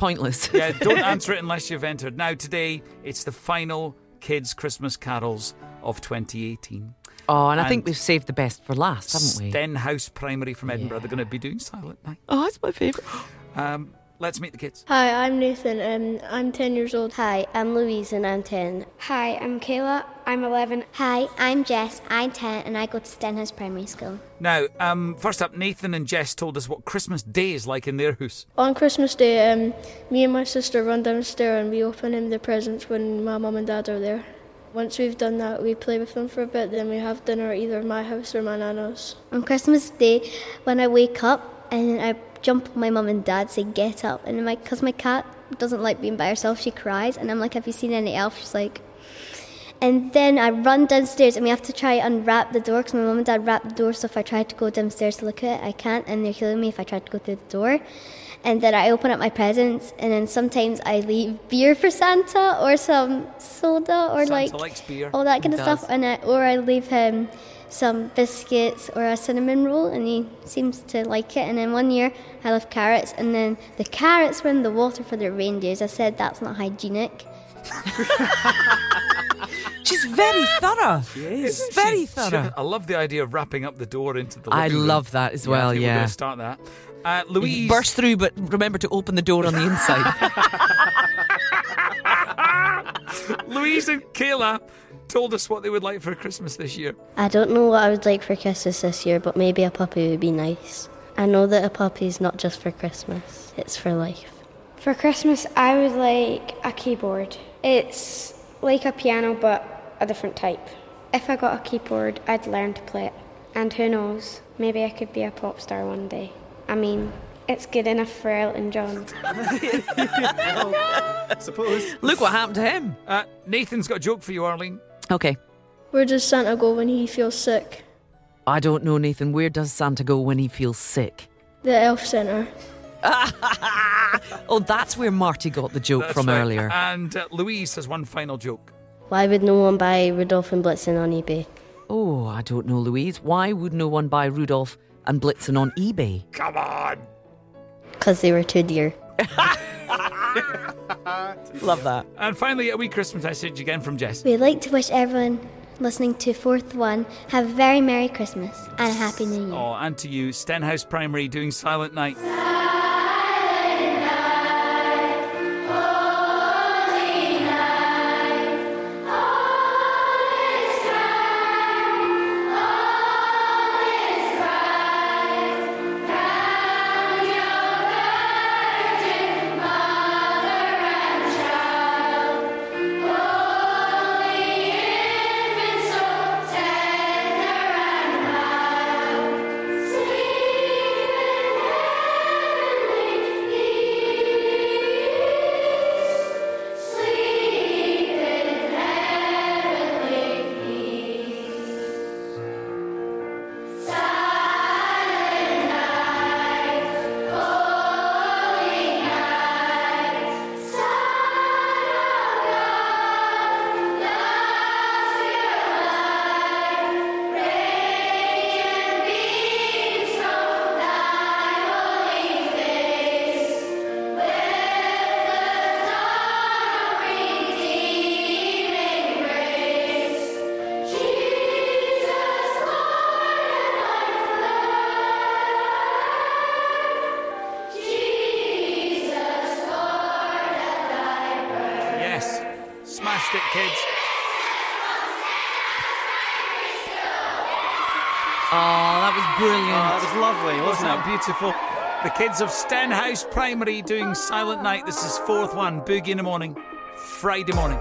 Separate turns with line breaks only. pointless.
Yeah, don't answer it unless you've entered. Now, today, it's the final Kids Christmas Carols of 2018.
oh, and I
and-
think we've saved the best for last, haven't we?
Stenhouse Primary from Edinburgh, they're going to be doing Silent Night.
oh, it's my favourite.
Um, let's meet the kids.
Hi, I'm Nathan. Um, I'm 10 years old. Hi, I'm Louise and I'm 10.
Hi, I'm Kayla. I'm 11.
Hi, I'm Jess. I'm 10 and I go to Stenhouse Primary School.
Now, um, first up, Nathan and Jess told us what Christmas Day is like in their house.
On Christmas Day, um, me and my sister run downstairs and we open him the presents when my mum and dad are there. Once we've done that, we play with them for a bit, then we have dinner at either my house or my nana's.
On Christmas Day, when I wake up and I jump on my mum and dad, say, get up. And my, because my cat doesn't like being by herself, she cries. And I'm like, have you seen any elf? She's like, and then I run downstairs and we have to try unwrap the door because my mum and dad wrapped the door. So if I try to go downstairs to look at it, I can't. And they're killing me if I try to go through the door. And then I open up my presents and then sometimes I leave beer for Santa or some soda or
Santa
like
likes beer.
all that kind of
He
stuff.
does.
And I, or I leave him some biscuits or a cinnamon roll, and he seems to like it. And then one year I left carrots, and then the carrots were in the water for the reindeers. I said that's not hygienic.
She's very thorough. She's very
She-
thorough.
she- I love the idea of wrapping up the door into the.
I
living room.
love that as
I
well,
think we're
yeah.
going to start that. Uh, Louise,
Burst through, but remember to open the door on the inside.
Louise and Kayla told us what they would like for Christmas this year.
I don't know what I would like for Christmas this year, but maybe a puppy would be nice. I know that a puppy is not just for Christmas, it's for life.
For Christmas, I would like a keyboard. It's like a piano, but a different type. If I got a keyboard, I'd learn to play it. And who knows, maybe I could be a pop star one day. I mean, it's good enough for Elton John.
Suppose.
Look what happened to him.
Uh, Nathan's got a joke for you, Arlene.
Okay.
Where does Santa go when he feels sick?
I don't know, Nathan. Where does Santa go when he feels sick?
The elf centre.
oh, that's where Marty got the joke
That's
from
right.
earlier.
And uh, Louise has one final joke.
Why would no one buy Rudolph and Blitzen on eBay?
Oh, I don't know, Louise. Why would no one buy Rudolph and Blitzen on eBay?
Come on.
Because they were too dear.
Love that.
And finally, a wee Christmas message again from Jess.
We'd like to wish everyone listening to Fourth One have a very Merry Christmas and a Happy New Year.
Oh, and to you, Stenhouse Primary doing Silent Night. Yes. Smashed it, kids.
Oh, that was
That
brilliant.
Oh, was lovely,
Wasn't
wasn't
that
it?
beautiful? The kids of Stenhouse Primary doing Silent Night. This is fourth one, Boogie in the Morning, Friday morning.